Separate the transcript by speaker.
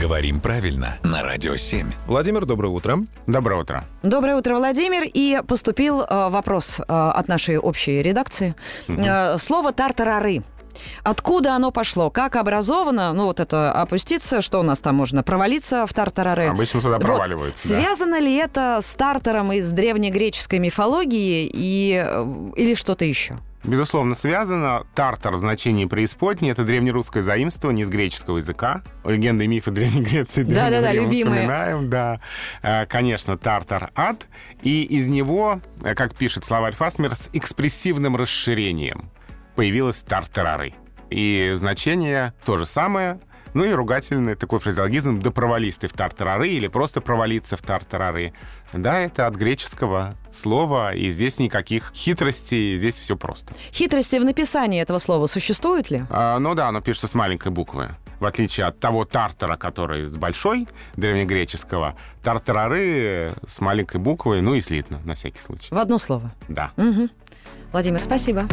Speaker 1: Говорим правильно на Радио 7.
Speaker 2: Владимир, доброе утро.
Speaker 3: Доброе утро.
Speaker 4: Доброе утро, Владимир. И поступил э, вопрос э, от нашей общей редакции. Э, слово «тартарары». Откуда оно пошло? Как образовано? Ну, вот это опуститься, что у нас там можно? Провалиться в тартарары.
Speaker 3: Обычно туда
Speaker 4: Вот.
Speaker 3: проваливаются. А да.
Speaker 4: Связано ли это с тартером из древнегреческой мифологии и, э, или что-то еще?
Speaker 3: Безусловно, связано. Тартар в значении преисподней — это древнерусское заимствование из греческого языка. Легенды и мифы Древней Греции.
Speaker 4: Да-да-да,
Speaker 3: Древнего Рима
Speaker 4: любимые.
Speaker 3: Вспоминаем, да. Э, Конечно, тартар — ад. И из него, э, как пишет словарь Фасмер, с экспрессивным расширением появилось тартарары. И значение то же самое. Ну и ругательный такой фразеологизм «да провались ты в тартарары» или просто «провалиться в тартарары». Да, это от греческого слова, и здесь никаких хитростей, здесь все просто.
Speaker 4: Хитрости в написании этого слова существуют ли?
Speaker 3: А, ну да, оно пишется с маленькой буквы. В отличие от того тартара, который с большой, древнегреческого, тартарары с маленькой буквы, ну и слитно, на всякий случай.
Speaker 4: В одно слово.
Speaker 3: Да.
Speaker 4: Мгм. Владимир, спасибо.